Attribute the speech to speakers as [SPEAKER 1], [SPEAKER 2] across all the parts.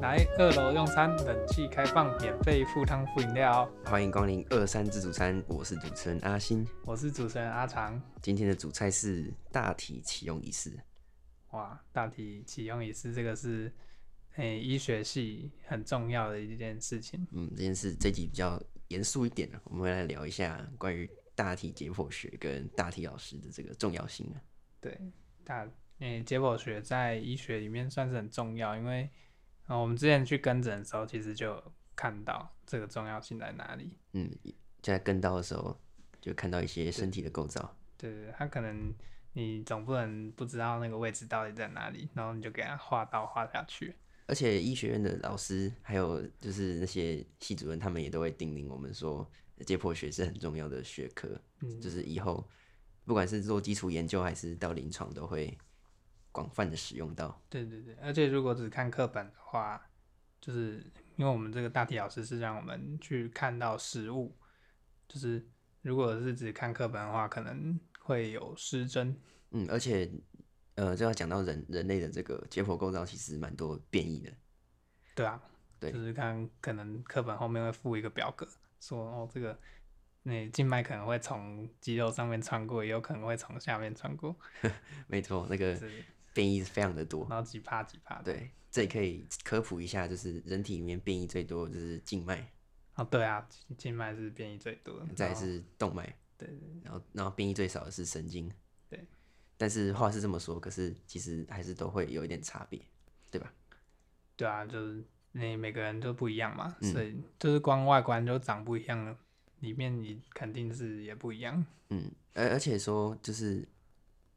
[SPEAKER 1] 来二楼用餐，冷气开放，免费附汤附饮料哦。
[SPEAKER 2] 欢迎光临二三自助餐，我是主持人阿星。
[SPEAKER 1] 我是主持人阿长。
[SPEAKER 2] 今天的主菜是大体启用仪式，
[SPEAKER 1] 哇，大体启用仪式这个是诶、医学系很重要的一件事情。
[SPEAKER 2] 嗯，这件事这集比较严肃一点啊我们会来聊一下关于大体解剖学跟大体老师的这个重要性啊。
[SPEAKER 1] 对，大诶、解剖学在医学里面算是很重要，因为、呃、我们之前去跟诊的时候，其实就有看到这个重要性在哪里。
[SPEAKER 2] 嗯，就在跟刀的时候就看到一些身体的构造，
[SPEAKER 1] 对对，对它可能你总不能不知道那个位置到底在哪里，然后你就给它画到画下去。
[SPEAKER 2] 而且医学院的老师还有就是那些系主任，他们也都会叮咛我们说，解剖学是很重要的学科，就是以后不管是做基础研究还是到临床，都会广泛的使用到。
[SPEAKER 1] 对对对，而且如果只看课本的话，就是因为我们这个大体老师是让我们去看到实物，就是如果是只看课本的话，可能会有失真。
[SPEAKER 2] 嗯，而且呃，就要讲到人人类的这个解剖构造，其实蛮多变异的。
[SPEAKER 1] 对啊，
[SPEAKER 2] 对
[SPEAKER 1] 就是看可能课本后面会附一个表格，说哦这个那静脉可能会从肌肉上面穿过，也有可能会从下面穿过，
[SPEAKER 2] 没错，那个
[SPEAKER 1] 是
[SPEAKER 2] 变异非常的多。
[SPEAKER 1] 然后几趴几趴的。
[SPEAKER 2] 对，这里可以科普一下，就是人体里面变异最多的就是静脉，
[SPEAKER 1] 哦，对啊，静静脉是变异最多的，
[SPEAKER 2] 再来
[SPEAKER 1] 然后
[SPEAKER 2] 是动脉，
[SPEAKER 1] 对对
[SPEAKER 2] 然后然后变异最少的是神经。
[SPEAKER 1] 对，
[SPEAKER 2] 但是话是这么说，可是其实还是都会有一点差别，对吧？
[SPEAKER 1] 对啊，就是你每个人都不一样嘛，
[SPEAKER 2] 嗯
[SPEAKER 1] 所以就是光外观就长不一样了，里面你肯定是也不一样。
[SPEAKER 2] 嗯，而而且说就是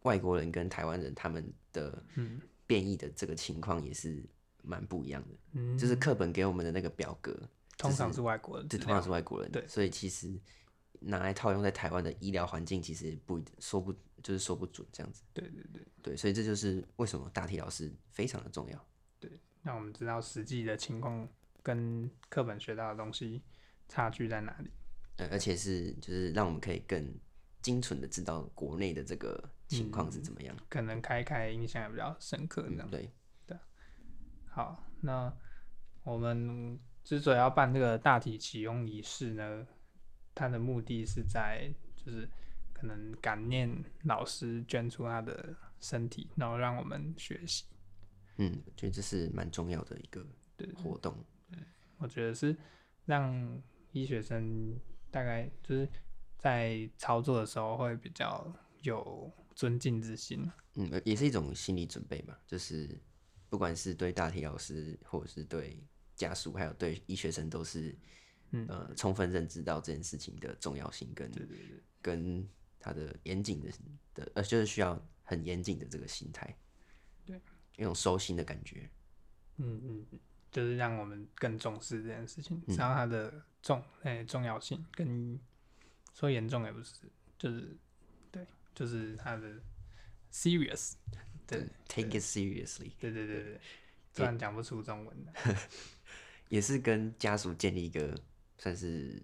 [SPEAKER 2] 外国人跟台湾人他们的
[SPEAKER 1] 嗯
[SPEAKER 2] 变异的这个情况也是蛮不一样的。
[SPEAKER 1] 嗯，
[SPEAKER 2] 就是课本给我们的那个表格，
[SPEAKER 1] 通常是外国人
[SPEAKER 2] 这
[SPEAKER 1] 资
[SPEAKER 2] 通常
[SPEAKER 1] 料，
[SPEAKER 2] 是外国人，
[SPEAKER 1] 对
[SPEAKER 2] 所以其实拿来套用在台湾的医疗环境，其实不一定说不就是说不准这样子，
[SPEAKER 1] 对对对。
[SPEAKER 2] 对，所以这就是为什么大体老师非常的重要，
[SPEAKER 1] 让我们知道实际的情况跟课本学到的东西差距在哪里。
[SPEAKER 2] 对，呃而且是就是让我们可以更精准的知道国内的这个情况是
[SPEAKER 1] 嗯
[SPEAKER 2] 怎么样，
[SPEAKER 1] 可能开开印象也比较深刻这
[SPEAKER 2] 嗯
[SPEAKER 1] 样。
[SPEAKER 2] 对，
[SPEAKER 1] 好，那我们之所以要办这个大体启用仪式呢，它的目的是在就是可能感念老师捐出他的身体，然后让我们学习。
[SPEAKER 2] 嗯，我觉得这是蛮重要的一个
[SPEAKER 1] 对
[SPEAKER 2] 活动，
[SPEAKER 1] 我觉得是让医学生大概就是在操作的时候会比较有尊敬之心。
[SPEAKER 2] 嗯，呃也是一种心理准备嘛，就是不管是对大体老师，或者是对家属，还有对医学生，都是
[SPEAKER 1] 嗯
[SPEAKER 2] 呃充分认知到这件事情的重要性跟
[SPEAKER 1] 对对对。
[SPEAKER 2] 跟它的严谨的的呃，就是需要很严谨的这个心态，
[SPEAKER 1] 对，
[SPEAKER 2] 一种收心的感觉，
[SPEAKER 1] 嗯嗯，嗯，就是让我们更重视这件事情，
[SPEAKER 2] 嗯
[SPEAKER 1] 知道它的重诶、重要性，跟说严重也不是，就是对，就是它的 serious，对
[SPEAKER 2] ，take it seriously，
[SPEAKER 1] 对对对对，突然讲不出中文了，
[SPEAKER 2] 也是跟家属建立一个算是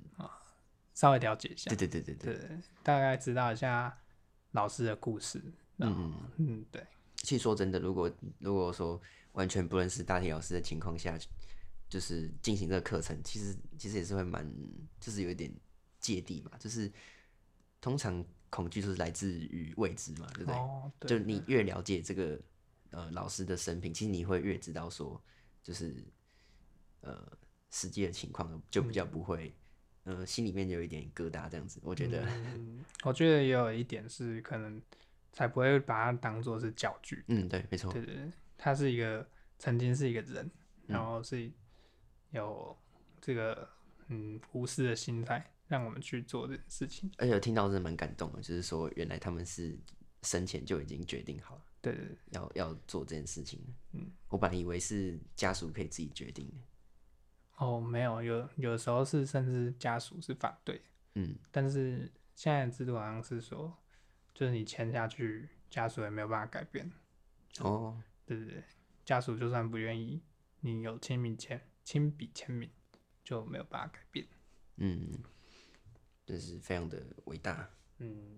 [SPEAKER 1] 稍微了解一下
[SPEAKER 2] 对，对对对对，
[SPEAKER 1] 对，大概知道一下老师的故事，然后嗯对，
[SPEAKER 2] 其实说真的，如果如果说完全不认识大体老师的情况下，就是进行这个课程，其实其实也是会蛮，就是有一点芥蒂嘛，就是通常恐惧就是来自于未知嘛，对不对？
[SPEAKER 1] 哦对，
[SPEAKER 2] 就你越了解这个呃老师的生平，其实你会越知道说，就是呃实际的情况，就比较
[SPEAKER 1] 嗯
[SPEAKER 2] 不会、呃心里面有一点疙瘩这样子。我觉得，
[SPEAKER 1] 嗯，我觉得也有一点是可能才不会把它当做是教具。
[SPEAKER 2] 嗯对，没错，
[SPEAKER 1] 对对对，他是一个曾经是一个人，然后是有这个嗯无私的心态，让我们去做这件事情。
[SPEAKER 2] 而且我听到真的蛮感动的，就是说原来他们是生前就已经决定好了
[SPEAKER 1] 对对对，
[SPEAKER 2] 要要做这件事情。
[SPEAKER 1] 嗯，
[SPEAKER 2] 我本来以为是家属可以自己决定的。
[SPEAKER 1] 哦，没有，有有时候是甚至家属是反对，
[SPEAKER 2] 嗯，
[SPEAKER 1] 但是现在的制度好像是说，就是你签下去，家属也没有办法改变。
[SPEAKER 2] 哦，
[SPEAKER 1] 对对对，家属就算不愿意，你有签名签亲笔签名就没有办法改变。
[SPEAKER 2] 嗯，这是非常的伟大。
[SPEAKER 1] 嗯，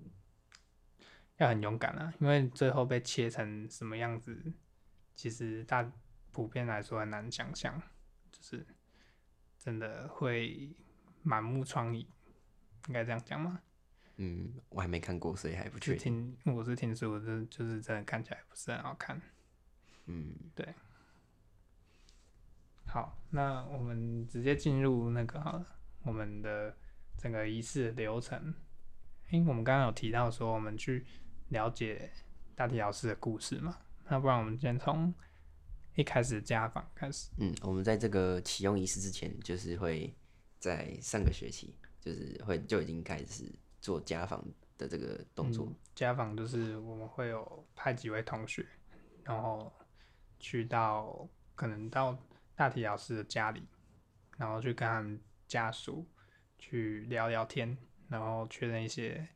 [SPEAKER 1] 要很勇敢啊，因为最后被切成什么样子，其实大普遍来说很难想象。就是真的会满目疮痍，应该这样讲吗？
[SPEAKER 2] 嗯，我还没看过，所以还不
[SPEAKER 1] 就
[SPEAKER 2] 确定。
[SPEAKER 1] 听我是听说，这就是真的看起来不是很好看。
[SPEAKER 2] 嗯，
[SPEAKER 1] 好，那我们直接进入那个好了我们的整个仪式的流程。因为我们刚刚有提到说，我们去了解大体老师的故事嘛，那不然我们先从一开始的家访开始。
[SPEAKER 2] 嗯，我们在这个启用仪式之前，就是会在上个学期，就是会就已经开始做家访的这个动作。
[SPEAKER 1] 嗯家访就是我们会有派几位同学，然后去到可能到大体老师的家里，然后去跟他们家属去聊聊天，然后确认一些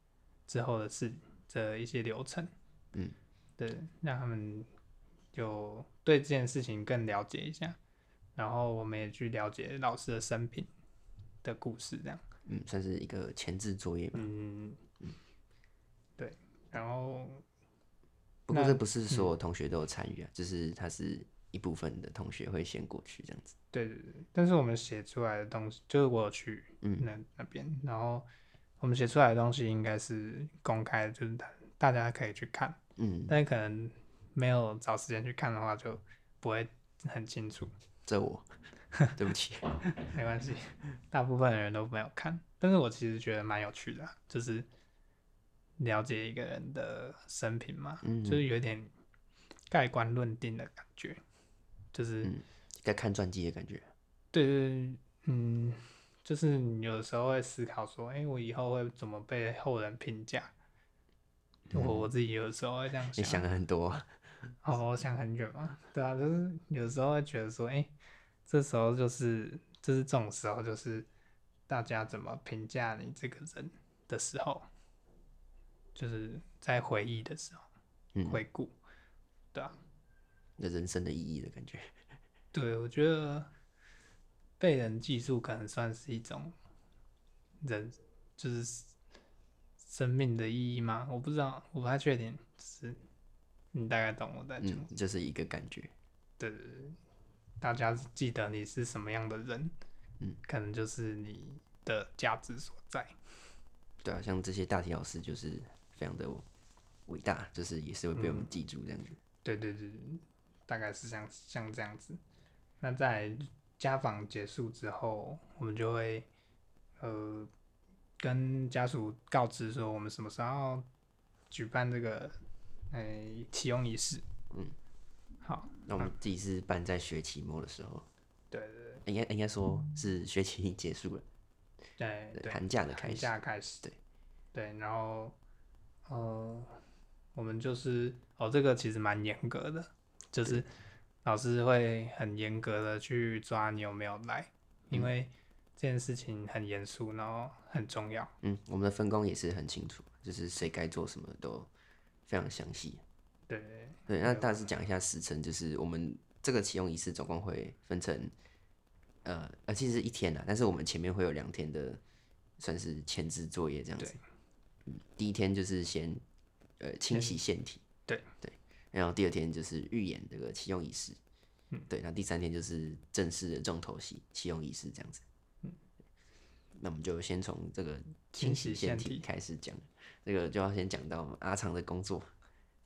[SPEAKER 1] 之后的事的一些流程。
[SPEAKER 2] 嗯，
[SPEAKER 1] 对，让他们就对这件事情更了解一下，然后我们也去了解老师的生平的故事，这样。
[SPEAKER 2] 嗯算是一个前置作业吧。
[SPEAKER 1] 嗯，对，然后
[SPEAKER 2] 不过这不是
[SPEAKER 1] 嗯
[SPEAKER 2] 所有同学都有参与啊，就是它是一部分的同学会先过去这样子。
[SPEAKER 1] 对对对，但是我们写出来的东西，就是我有去
[SPEAKER 2] 嗯
[SPEAKER 1] 那那边，然后我们写出来的东西应该是公开的，就是大大家可以去看，
[SPEAKER 2] 嗯，
[SPEAKER 1] 但是可能没有找时间去看的话，就不会很清楚。
[SPEAKER 2] 这 我对不起。
[SPEAKER 1] 没关系， 大部分的人都没有看，但是我其实觉得蛮有趣的啊、就是了解一个人的生平嘛，
[SPEAKER 2] 嗯
[SPEAKER 1] 就是有点盖棺论定的感觉，就是、
[SPEAKER 2] 嗯在看传记的感觉。
[SPEAKER 1] 对对对，嗯，就是你有时候会思考说，哎、我以后会怎么被后人评价？我我自己有时候会这样
[SPEAKER 2] 嗯你
[SPEAKER 1] 想，
[SPEAKER 2] 想了很多啊，
[SPEAKER 1] 哦，我想很远嘛，对啊，就是有时候会觉得说，哎、这时候就是就是这种时候，就是大家怎么评价你这个人的时候，就是在回忆的时候，
[SPEAKER 2] 嗯
[SPEAKER 1] 回顾，对啊，
[SPEAKER 2] 那人生的意义的感觉。
[SPEAKER 1] 对我觉得被人记住可能算是一种人就是生命的意义吗？我不知道，我不太确定，就是你大概懂我在讲什么。
[SPEAKER 2] 嗯，就是一个感觉。
[SPEAKER 1] 对，大家记得你是什么样的人，
[SPEAKER 2] 嗯，
[SPEAKER 1] 可能就是你的价值所在。
[SPEAKER 2] 对啊，像这些大体老师就是非常的伟大，就是也是会被我
[SPEAKER 1] 嗯
[SPEAKER 2] 们记住这样子。
[SPEAKER 1] 对对对，大概是像像这样子。那在家访结束之后，我们就会呃跟家属告知说我们什么时候举办这个诶启用仪式。
[SPEAKER 2] 嗯，
[SPEAKER 1] 好，
[SPEAKER 2] 那我们自己是办在学期末的时候，
[SPEAKER 1] 对对
[SPEAKER 2] 应该应该说是学期已经结束了，
[SPEAKER 1] 对对
[SPEAKER 2] 对，寒假的开
[SPEAKER 1] 寒
[SPEAKER 2] 始。
[SPEAKER 1] 假开始，
[SPEAKER 2] 对
[SPEAKER 1] 对，然后呃，我们就是哦，这个其实蛮严格的，就是老师会很严格的去抓你有没有来，因
[SPEAKER 2] 嗯
[SPEAKER 1] 为这件事情很严肃，然后很重要。
[SPEAKER 2] 嗯，我们的分工也是很清楚，就是谁该做什么都非常详细。
[SPEAKER 1] 对，
[SPEAKER 2] 对，那大致讲一下时程，就是我们这个启用仪式总共会分成，呃呃，其实是一天啦，但是我们前面会有两天的，算是前置作业这样子。嗯，第一天就是先呃清洗腺体，
[SPEAKER 1] 对
[SPEAKER 2] 对，然后第二天就是预演这个启用仪式，嗯，对，然后第三天就是正式的重头戏启用仪式这样子。嗯，那我们就先从这个清
[SPEAKER 1] 清
[SPEAKER 2] 洗
[SPEAKER 1] 洗
[SPEAKER 2] 腺
[SPEAKER 1] 腺
[SPEAKER 2] 体
[SPEAKER 1] 体
[SPEAKER 2] 开始讲，这个就要先讲到我们阿长的工作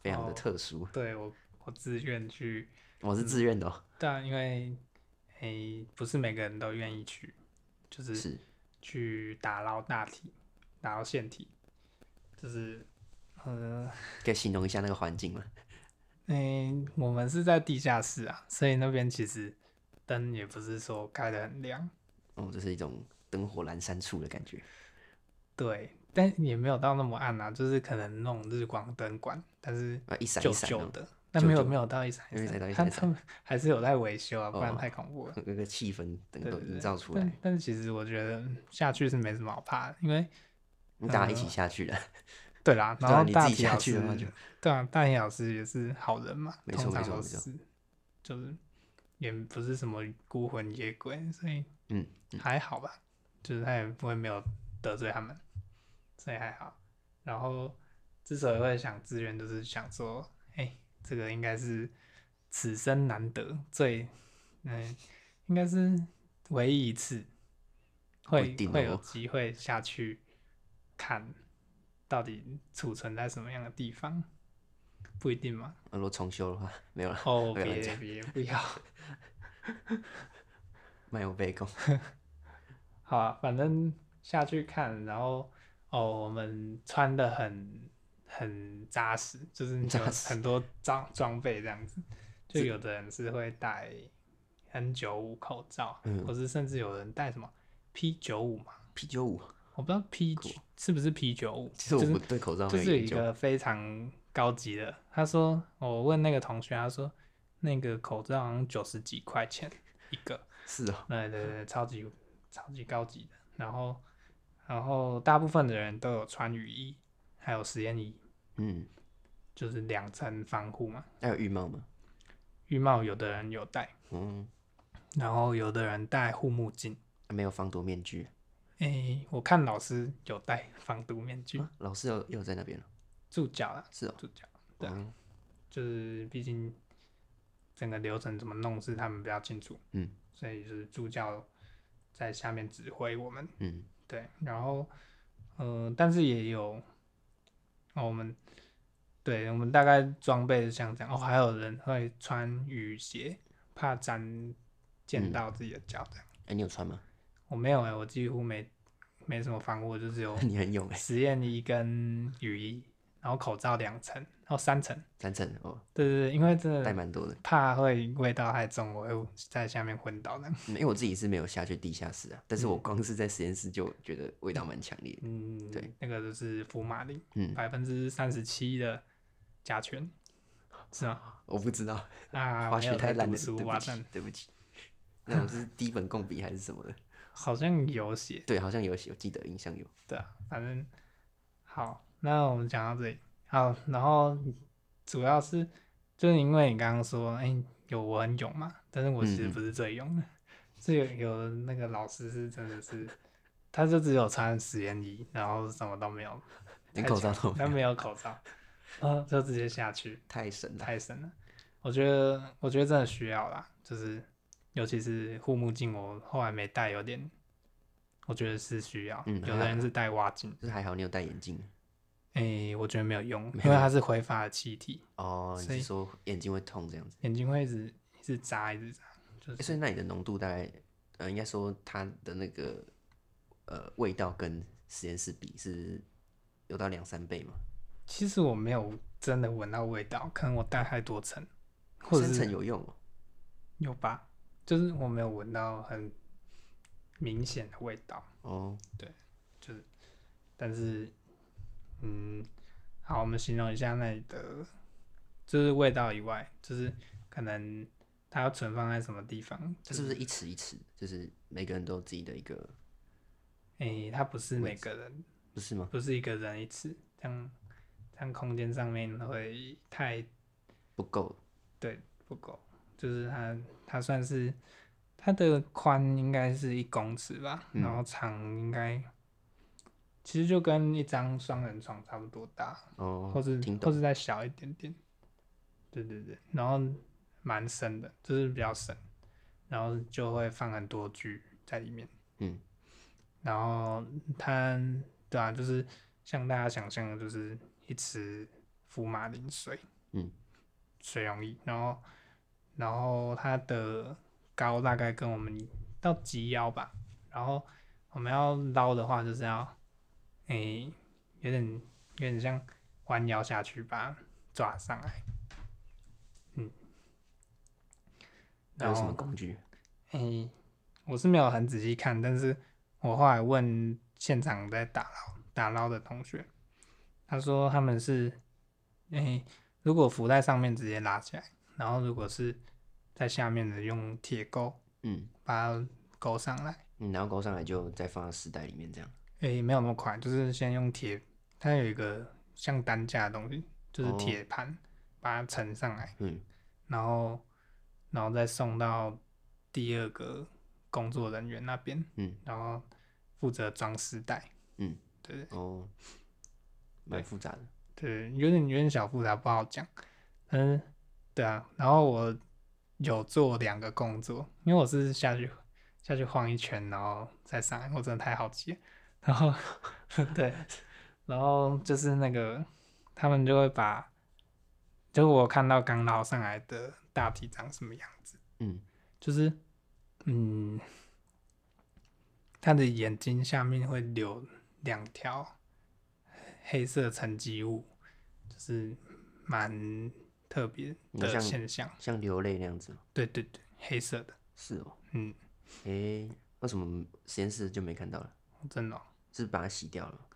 [SPEAKER 2] 非常的
[SPEAKER 1] 哦
[SPEAKER 2] 特殊。
[SPEAKER 1] 对我我自愿去，
[SPEAKER 2] 我
[SPEAKER 1] 嗯
[SPEAKER 2] 是自愿的、哦，
[SPEAKER 1] 但因为诶、不是每个人都愿意去，就是
[SPEAKER 2] 是
[SPEAKER 1] 去打捞大体，打捞腺体，就是嗯。呃
[SPEAKER 2] 可以形容一下那个环境吗？
[SPEAKER 1] 嗯、我们是在地下室啊，所以那边其实灯也不是说开的很亮，
[SPEAKER 2] 哦，就是一种灯火阑珊处的感觉。
[SPEAKER 1] 对，但也没有到那么暗啊，就是可能那种日光灯管，但是
[SPEAKER 2] 啊，一闪
[SPEAKER 1] 旧
[SPEAKER 2] 一闪
[SPEAKER 1] 旧
[SPEAKER 2] 哦，
[SPEAKER 1] 的，但没
[SPEAKER 2] 旧
[SPEAKER 1] 有
[SPEAKER 2] 旧
[SPEAKER 1] 没有到一闪
[SPEAKER 2] 没有一闪到
[SPEAKER 1] 闪，
[SPEAKER 2] 一
[SPEAKER 1] 他
[SPEAKER 2] 闪一
[SPEAKER 1] 他们还是有在维修啊，不然
[SPEAKER 2] 哦
[SPEAKER 1] 太恐怖了。
[SPEAKER 2] 那个气氛整
[SPEAKER 1] 对
[SPEAKER 2] 个都
[SPEAKER 1] 对对
[SPEAKER 2] 营造出
[SPEAKER 1] 但
[SPEAKER 2] 来，
[SPEAKER 1] 但是其实我觉得下去是没什么好怕的，因为
[SPEAKER 2] 你大家一起下去了，
[SPEAKER 1] 对啦，
[SPEAKER 2] 对
[SPEAKER 1] 然
[SPEAKER 2] 啊
[SPEAKER 1] 后
[SPEAKER 2] 你
[SPEAKER 1] 大
[SPEAKER 2] 自己
[SPEAKER 1] 体
[SPEAKER 2] 下
[SPEAKER 1] 老
[SPEAKER 2] 去
[SPEAKER 1] 师
[SPEAKER 2] 的话就
[SPEAKER 1] 对啊，大体老师也是好人嘛，
[SPEAKER 2] 没
[SPEAKER 1] 通
[SPEAKER 2] 错没
[SPEAKER 1] 常
[SPEAKER 2] 错
[SPEAKER 1] 都
[SPEAKER 2] 没错
[SPEAKER 1] 是就是也不是什么孤魂野鬼，所以
[SPEAKER 2] 嗯
[SPEAKER 1] 还好吧，就是他也不会没有得罪他们，所以还好。然后之所以会想自愿，就是想说，哎、这个应该是此生难得最嗯、应该是唯一一次
[SPEAKER 2] 不
[SPEAKER 1] 会
[SPEAKER 2] 一定
[SPEAKER 1] 会
[SPEAKER 2] 哦
[SPEAKER 1] 有机会下去看，到底储存在什么样的地方，不一定嘛。
[SPEAKER 2] 啊如果重修的话，没有了，
[SPEAKER 1] 哦，
[SPEAKER 2] 不要乱
[SPEAKER 1] 别
[SPEAKER 2] 讲
[SPEAKER 1] 别不要，
[SPEAKER 2] 漫游背弓。
[SPEAKER 1] 好、啊，反正下去看，然后哦，我们穿的很很扎实，就是
[SPEAKER 2] 扎
[SPEAKER 1] 有
[SPEAKER 2] 实
[SPEAKER 1] 很多装装备这样子。就有的人是会戴 N 九五口罩，
[SPEAKER 2] 嗯
[SPEAKER 1] 或是甚至有人戴什么 P 九五嘛，
[SPEAKER 2] P 九五，
[SPEAKER 1] 我不知道 P 是不是 P 九五，
[SPEAKER 2] 其实我
[SPEAKER 1] 就是
[SPEAKER 2] 不对口罩
[SPEAKER 1] 就
[SPEAKER 2] 没
[SPEAKER 1] 是有
[SPEAKER 2] 有研
[SPEAKER 1] 一
[SPEAKER 2] 究。
[SPEAKER 1] 个非常高级的，他说，我问那个同学，他说那个口罩好像九十几块钱一个，
[SPEAKER 2] 是哦，
[SPEAKER 1] 对对对，超级超级高级的。然后然后大部分的人都有穿雨衣，还有实验衣，
[SPEAKER 2] 嗯，
[SPEAKER 1] 就是两层防护嘛。
[SPEAKER 2] 还有浴帽吗？
[SPEAKER 1] 浴帽有的人有戴，
[SPEAKER 2] 嗯，
[SPEAKER 1] 然后有的人戴护目镜。
[SPEAKER 2] 没有防毒面具。
[SPEAKER 1] 诶、我看老师有戴防毒面具，
[SPEAKER 2] 啊老师有也有在那边了。
[SPEAKER 1] 助教啦，
[SPEAKER 2] 是哦，
[SPEAKER 1] 助教对啊
[SPEAKER 2] 嗯，
[SPEAKER 1] 就是毕竟整个流程怎么弄是他们比较清楚，
[SPEAKER 2] 嗯，
[SPEAKER 1] 所以就是助教在下面指挥我们，
[SPEAKER 2] 嗯，
[SPEAKER 1] 对，然后，呃，但是也有，哦，我们，对我们大概装备是像这样，哦，还有人会穿雨鞋，怕沾溅到自己的脚这样。
[SPEAKER 2] 哎、你有穿吗？
[SPEAKER 1] 我没有哎、我几乎没没什么防护，我就只 有
[SPEAKER 2] 你很勇哎、
[SPEAKER 1] 实验衣跟雨衣，然后口罩两层，然后三层，
[SPEAKER 2] 三层哦，
[SPEAKER 1] 对对对，因为真
[SPEAKER 2] 带
[SPEAKER 1] 的
[SPEAKER 2] 蛮多的。
[SPEAKER 1] 怕会味道太重，我会在下面昏倒的。
[SPEAKER 2] 嗯因为我自己是没有下去地下室啊，但是我光是在实验室就觉得味道蛮强烈的。
[SPEAKER 1] 嗯，
[SPEAKER 2] 对，
[SPEAKER 1] 那个就是福马林，
[SPEAKER 2] 嗯，
[SPEAKER 1] 百分之三十七的甲醛，是吗？
[SPEAKER 2] 我不知道，
[SPEAKER 1] 啊，
[SPEAKER 2] 化
[SPEAKER 1] 没
[SPEAKER 2] 学
[SPEAKER 1] 有在
[SPEAKER 2] 太烂
[SPEAKER 1] 读
[SPEAKER 2] 了，
[SPEAKER 1] 书
[SPEAKER 2] 对
[SPEAKER 1] 哇
[SPEAKER 2] 不
[SPEAKER 1] 但
[SPEAKER 2] 起，对不起。那种是低本共笔还是什么的？
[SPEAKER 1] 好像有写，
[SPEAKER 2] 对，好像有有记得印象有。
[SPEAKER 1] 对啊，反正好，那我们讲到这里，好，然后主要是就是因为你刚刚说，哎、有我很勇嘛，但是我其实
[SPEAKER 2] 嗯嗯
[SPEAKER 1] 不是最勇的，是有有那个老师是真的是，他就只有穿实验衣，然后什么都 没有，
[SPEAKER 2] 连
[SPEAKER 1] 太
[SPEAKER 2] 口罩
[SPEAKER 1] 强
[SPEAKER 2] 哦都没
[SPEAKER 1] 他没有口罩， 啊，就直接下去，
[SPEAKER 2] 太神了，
[SPEAKER 1] 太深了。我觉得，我觉得真的需要啦，就是尤其是护目镜，我后来没戴，有点，我觉得是需要。
[SPEAKER 2] 嗯
[SPEAKER 1] 有的人是戴蛙镜，
[SPEAKER 2] 就是还好你有戴眼镜
[SPEAKER 1] 诶、我觉得没有用，
[SPEAKER 2] 没有
[SPEAKER 1] 因为它是挥发的气体，
[SPEAKER 2] 哦。
[SPEAKER 1] 所
[SPEAKER 2] 你
[SPEAKER 1] 以
[SPEAKER 2] 是说眼睛会痛这样子？
[SPEAKER 1] 眼睛会一直一直扎，一直扎，就
[SPEAKER 2] 欸
[SPEAKER 1] 是
[SPEAKER 2] 所以那你的浓度大概，呃，应该说它的那个呃味道跟实验室比是有到两三倍嘛？
[SPEAKER 1] 其实我没有真的闻到味道，可能我戴太多层，或者
[SPEAKER 2] 三
[SPEAKER 1] 是
[SPEAKER 2] 层有用、哦，
[SPEAKER 1] 有吧，就是我没有闻到很明显的味道。
[SPEAKER 2] 哦，
[SPEAKER 1] 但是，嗯，好，我们形容一下那里的，就是味道以外，就是可能它要存放在什么地方。
[SPEAKER 2] 它是不是一尺一尺？就是每个人都有自己的一个，
[SPEAKER 1] 诶、它不是每个人，
[SPEAKER 2] 不是吗？
[SPEAKER 1] 不是一个人一次，这样这样空间上面会太
[SPEAKER 2] 不够，
[SPEAKER 1] 对不够，就是它它算是它的宽应该是一公尺吧，
[SPEAKER 2] 嗯
[SPEAKER 1] 然后长应该其实就跟一张双人床差不多大，
[SPEAKER 2] 哦，
[SPEAKER 1] 或是
[SPEAKER 2] 听
[SPEAKER 1] 或
[SPEAKER 2] 懂，
[SPEAKER 1] 是再小一点点。对对对，然后蛮深的，就是比较深，然后就会放很多剧在里面。
[SPEAKER 2] 嗯，
[SPEAKER 1] 然后它对啊，就是像大家想象的，就是一池福马林水，
[SPEAKER 2] 嗯，
[SPEAKER 1] 水溶液，然后然后它的高大概跟我们到及腰吧，然后我们要捞的话，就是要诶、有点有点像弯腰下去把它抓上来，嗯，
[SPEAKER 2] 那
[SPEAKER 1] 然
[SPEAKER 2] 有什
[SPEAKER 1] 后
[SPEAKER 2] 么工具？
[SPEAKER 1] 诶、我是没有很仔细看，但是我后来问现场在打捞打捞的同学，他说他们是，诶、如果浮在上面直接拉起来，然后如果是在下面的用铁钩
[SPEAKER 2] 嗯，
[SPEAKER 1] 把它勾上来，
[SPEAKER 2] 嗯，然后勾上来就再放到丝带里面这样，
[SPEAKER 1] 诶、没有那么快，就是先用铁，它有一个像担架的东西，就是
[SPEAKER 2] 哦
[SPEAKER 1] 铁盘、把它盛上来，
[SPEAKER 2] 嗯，
[SPEAKER 1] 然后然后再送到第二个工作人员那边，
[SPEAKER 2] 嗯，
[SPEAKER 1] 然后负责装丝带，
[SPEAKER 2] 嗯，
[SPEAKER 1] 对
[SPEAKER 2] 哦，蛮复杂的，
[SPEAKER 1] 对，有点有点小复杂，不好讲，嗯，对啊，然后我有做两个工作，因为我是下去下去晃一圈，然后再上来，我真的太好奇了。然 后对，然后就是那个他们就会把，就是我看到刚捞上来的大体长什么样子，
[SPEAKER 2] 嗯，
[SPEAKER 1] 就是嗯，他的眼睛下面会留两条黑色沉积物，就是蛮特别
[SPEAKER 2] 你
[SPEAKER 1] 的
[SPEAKER 2] 像
[SPEAKER 1] 现象。
[SPEAKER 2] 像流泪那样子吗？
[SPEAKER 1] 对对对，黑色的，
[SPEAKER 2] 是哦，
[SPEAKER 1] 嗯，
[SPEAKER 2] 诶、为什么实验室就没看到了？
[SPEAKER 1] 真的哦、
[SPEAKER 2] 是把它洗掉了？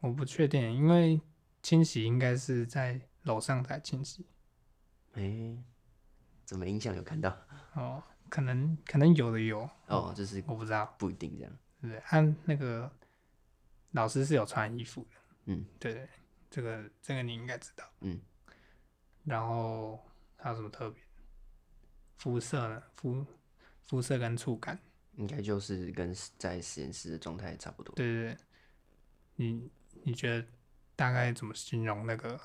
[SPEAKER 1] 我不确定，因为清洗应该是在楼上才清洗
[SPEAKER 2] 诶、怎么影响有看到？
[SPEAKER 1] 哦，可能可能有的有，
[SPEAKER 2] 哦，就是
[SPEAKER 1] 我不知道，
[SPEAKER 2] 不一定这样。
[SPEAKER 1] 对不对？他那个老师是有穿衣服的，
[SPEAKER 2] 嗯，
[SPEAKER 1] 对对，这个这个你应该知道，
[SPEAKER 2] 嗯。
[SPEAKER 1] 然后还有什么特别？肤色呢？肤肤色跟触感，
[SPEAKER 2] 应该就是跟实在实验室的状态差不多。
[SPEAKER 1] 对对对，你你觉得大概怎么形容那个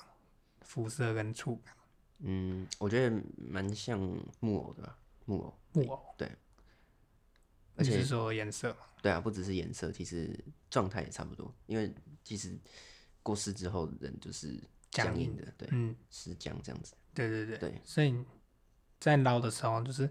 [SPEAKER 1] 肤色跟触感？
[SPEAKER 2] 嗯，我觉得蛮像木偶的吧，木偶。
[SPEAKER 1] 木偶，
[SPEAKER 2] 对，
[SPEAKER 1] 你
[SPEAKER 2] 而
[SPEAKER 1] 是
[SPEAKER 2] 且
[SPEAKER 1] 说颜色吗？
[SPEAKER 2] 对啊，不只是颜色，其实状态也差不多。因为其实过世之后，人就是
[SPEAKER 1] 僵
[SPEAKER 2] 僵
[SPEAKER 1] 硬
[SPEAKER 2] 硬的，对，
[SPEAKER 1] 嗯，
[SPEAKER 2] 是僵这样子。
[SPEAKER 1] 对对对，
[SPEAKER 2] 对
[SPEAKER 1] 所以你在捞的时候，就是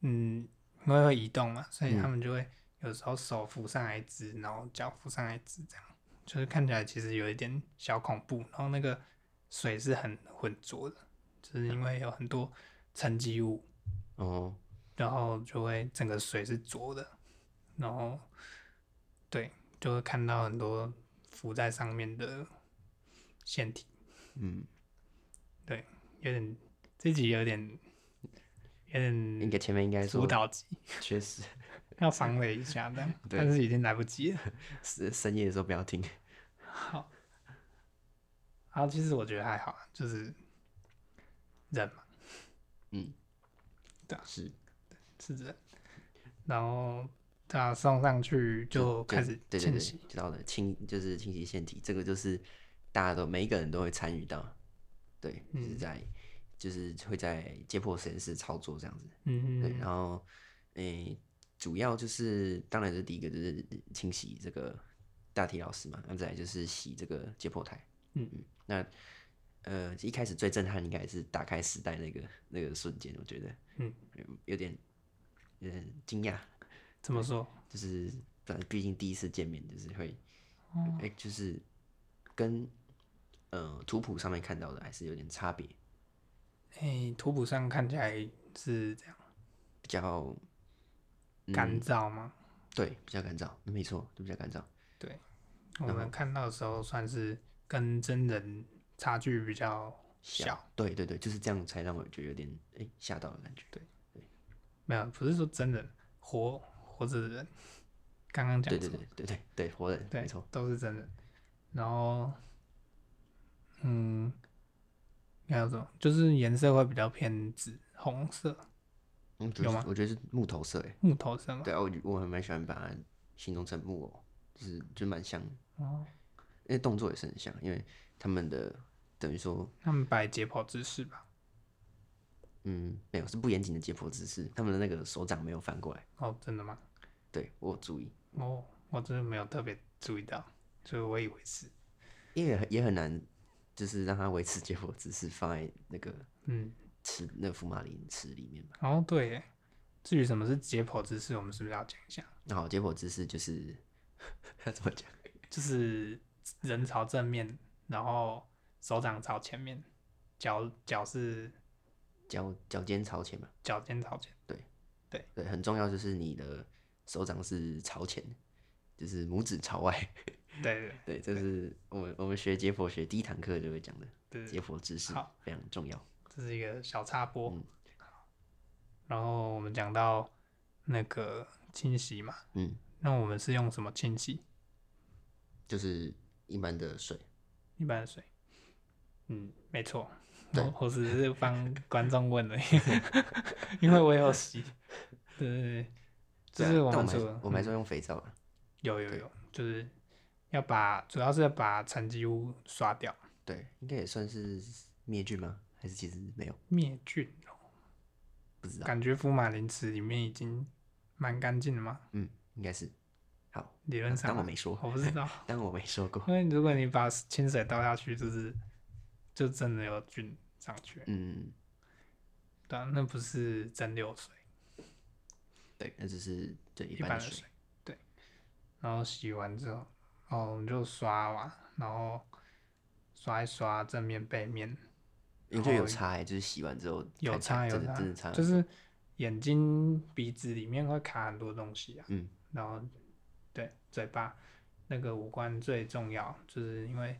[SPEAKER 1] 嗯，因为会移动嘛，所以
[SPEAKER 2] 嗯
[SPEAKER 1] 他们就会有时候手扶上来一只，然后脚扶上来一只，这样就是看起来其实有一点小恐怖。然后那个水是很浑浊的，就是因为有很多沉积物，
[SPEAKER 2] 哦，
[SPEAKER 1] 然后就会整个水是浊的，然后对，就会看到很多浮在上面的线体。
[SPEAKER 2] 嗯，
[SPEAKER 1] 有点这集有点有
[SPEAKER 2] 应
[SPEAKER 1] 点
[SPEAKER 2] 该前面应该
[SPEAKER 1] 嗯辅
[SPEAKER 2] 说，
[SPEAKER 1] 导级，
[SPEAKER 2] 确实
[SPEAKER 1] 要防雷一下的，
[SPEAKER 2] 对
[SPEAKER 1] 但是已经来不及了。
[SPEAKER 2] 是深夜的时候不要听。
[SPEAKER 1] 好，然后其实我觉得还好，就是人嘛
[SPEAKER 2] 是，
[SPEAKER 1] 是人，然后他送上去就开始
[SPEAKER 2] 对对
[SPEAKER 1] 清
[SPEAKER 2] 对
[SPEAKER 1] 洗，，
[SPEAKER 2] 知道的清就是清洗腺体，这个就是大家都每一个人都会参与到，对，
[SPEAKER 1] 嗯
[SPEAKER 2] 就是在、就是会在解剖实验室操作这样子。
[SPEAKER 1] 嗯
[SPEAKER 2] 对，
[SPEAKER 1] 嗯
[SPEAKER 2] 然后诶、主要就是当然是第一个就是清洗这个大体老师嘛，那再来就是洗这个解剖台。
[SPEAKER 1] 嗯
[SPEAKER 2] 嗯，那呃一开始最震撼应该是打开时代那个那个瞬间，我觉得
[SPEAKER 1] 嗯
[SPEAKER 2] 有有点有点惊讶，
[SPEAKER 1] 怎么说？
[SPEAKER 2] 就是反正毕竟第一次见面就是会
[SPEAKER 1] 哦
[SPEAKER 2] 哎、就是跟呃图谱上面看到的还是有点差别，
[SPEAKER 1] 哎，图谱上看起来是这样
[SPEAKER 2] 比较嗯
[SPEAKER 1] 干燥吗？
[SPEAKER 2] 对，比较干燥，没错，就比较干燥。
[SPEAKER 1] 我们看到的时候算是跟真人差距比较小。
[SPEAKER 2] 对对对，就是这样才让我觉得有点哎吓、到的感觉。
[SPEAKER 1] 没有，不是说真人，活活着的人，刚刚讲
[SPEAKER 2] 对
[SPEAKER 1] 错，
[SPEAKER 2] 对对对对对，活人
[SPEAKER 1] 对
[SPEAKER 2] 没错，
[SPEAKER 1] 都是真人。然后，嗯，还有什么？就是颜色会比较偏紫红色，
[SPEAKER 2] 嗯，就是
[SPEAKER 1] 有吗
[SPEAKER 2] 我觉得是木头色哎，
[SPEAKER 1] 木头色嘛。
[SPEAKER 2] 对啊，我觉我还蛮喜欢把它形容成木偶，就是就蛮像，
[SPEAKER 1] 哦，
[SPEAKER 2] 因为动作也是很像，因为他们的等于说
[SPEAKER 1] 他们摆解剖姿势吧。
[SPEAKER 2] 嗯没有是不严谨的解剖姿势，他们的那个手掌没有翻过来，
[SPEAKER 1] 哦，真的吗？
[SPEAKER 2] 对我有注意，
[SPEAKER 1] 哦，我真的没有特别注意到，所以我以为是。
[SPEAKER 2] 因为也很也很难，就是让它维持结果，只是放在那个
[SPEAKER 1] 嗯，
[SPEAKER 2] 池那个福马林池里面嘛。
[SPEAKER 1] 哦，对耶。至于什么是解剖姿势，我们是不是要讲一下？
[SPEAKER 2] 那好，结果姿势就是 要怎么讲？
[SPEAKER 1] 就是人朝正面，然后手掌朝前面，脚脚是
[SPEAKER 2] 脚脚尖朝前嘛，
[SPEAKER 1] 脚尖朝前。
[SPEAKER 2] 对，很重要就是你的手掌是朝前，就是拇指朝外。
[SPEAKER 1] 对对
[SPEAKER 2] 对，这是我们我们学解剖学第一堂课就会讲的
[SPEAKER 1] 对
[SPEAKER 2] 解
[SPEAKER 1] 对，
[SPEAKER 2] 剖知识
[SPEAKER 1] 好，
[SPEAKER 2] 非常重要。
[SPEAKER 1] 这是一个小插播。
[SPEAKER 2] 嗯
[SPEAKER 1] 然后我们讲到那个清洗嘛，
[SPEAKER 2] 嗯，
[SPEAKER 1] 那我们是用什么清洗？
[SPEAKER 2] 就是一般的水，
[SPEAKER 1] 一般的水。嗯，没错。
[SPEAKER 2] 对
[SPEAKER 1] 我我只是帮观众问 了，因为我有洗。对对对，就
[SPEAKER 2] 对啊
[SPEAKER 1] 是
[SPEAKER 2] 但我
[SPEAKER 1] 们
[SPEAKER 2] 还是
[SPEAKER 1] 说，
[SPEAKER 2] 我们还是要用肥皂啊。
[SPEAKER 1] 有有
[SPEAKER 2] 对
[SPEAKER 1] 有，就是要把，主要是要把残疾物刷掉，
[SPEAKER 2] 对，应该也算是灭菌吗？还是其实没有？
[SPEAKER 1] 灭菌哦。
[SPEAKER 2] 不知道，
[SPEAKER 1] 感觉福马林池里面已经蛮干净的嘛，
[SPEAKER 2] 嗯，应该是。好，
[SPEAKER 1] 理论上
[SPEAKER 2] 当我
[SPEAKER 1] 啊。
[SPEAKER 2] 没说，
[SPEAKER 1] 我不知 道，
[SPEAKER 2] 当我没 说过。
[SPEAKER 1] 因为如果你把清水倒下去，就是就真的有菌上去，
[SPEAKER 2] 嗯，
[SPEAKER 1] 对啊、那不是蒸馏水，
[SPEAKER 2] 对，那只是对一
[SPEAKER 1] 一
[SPEAKER 2] 般
[SPEAKER 1] 般
[SPEAKER 2] 的
[SPEAKER 1] 的水。对，然后洗完之后，哦，我们就刷嘛，然后刷一刷正面背面，
[SPEAKER 2] 我觉得有差哎、就是洗完之后
[SPEAKER 1] 有
[SPEAKER 2] 看起
[SPEAKER 1] 差
[SPEAKER 2] 来
[SPEAKER 1] 有
[SPEAKER 2] 真的
[SPEAKER 1] 差
[SPEAKER 2] 真的差，
[SPEAKER 1] 就
[SPEAKER 2] 很
[SPEAKER 1] 是眼睛、鼻子里面会卡很多东西啊。
[SPEAKER 2] 嗯。
[SPEAKER 1] 然后，对嘴巴那个五官最重要，就是因为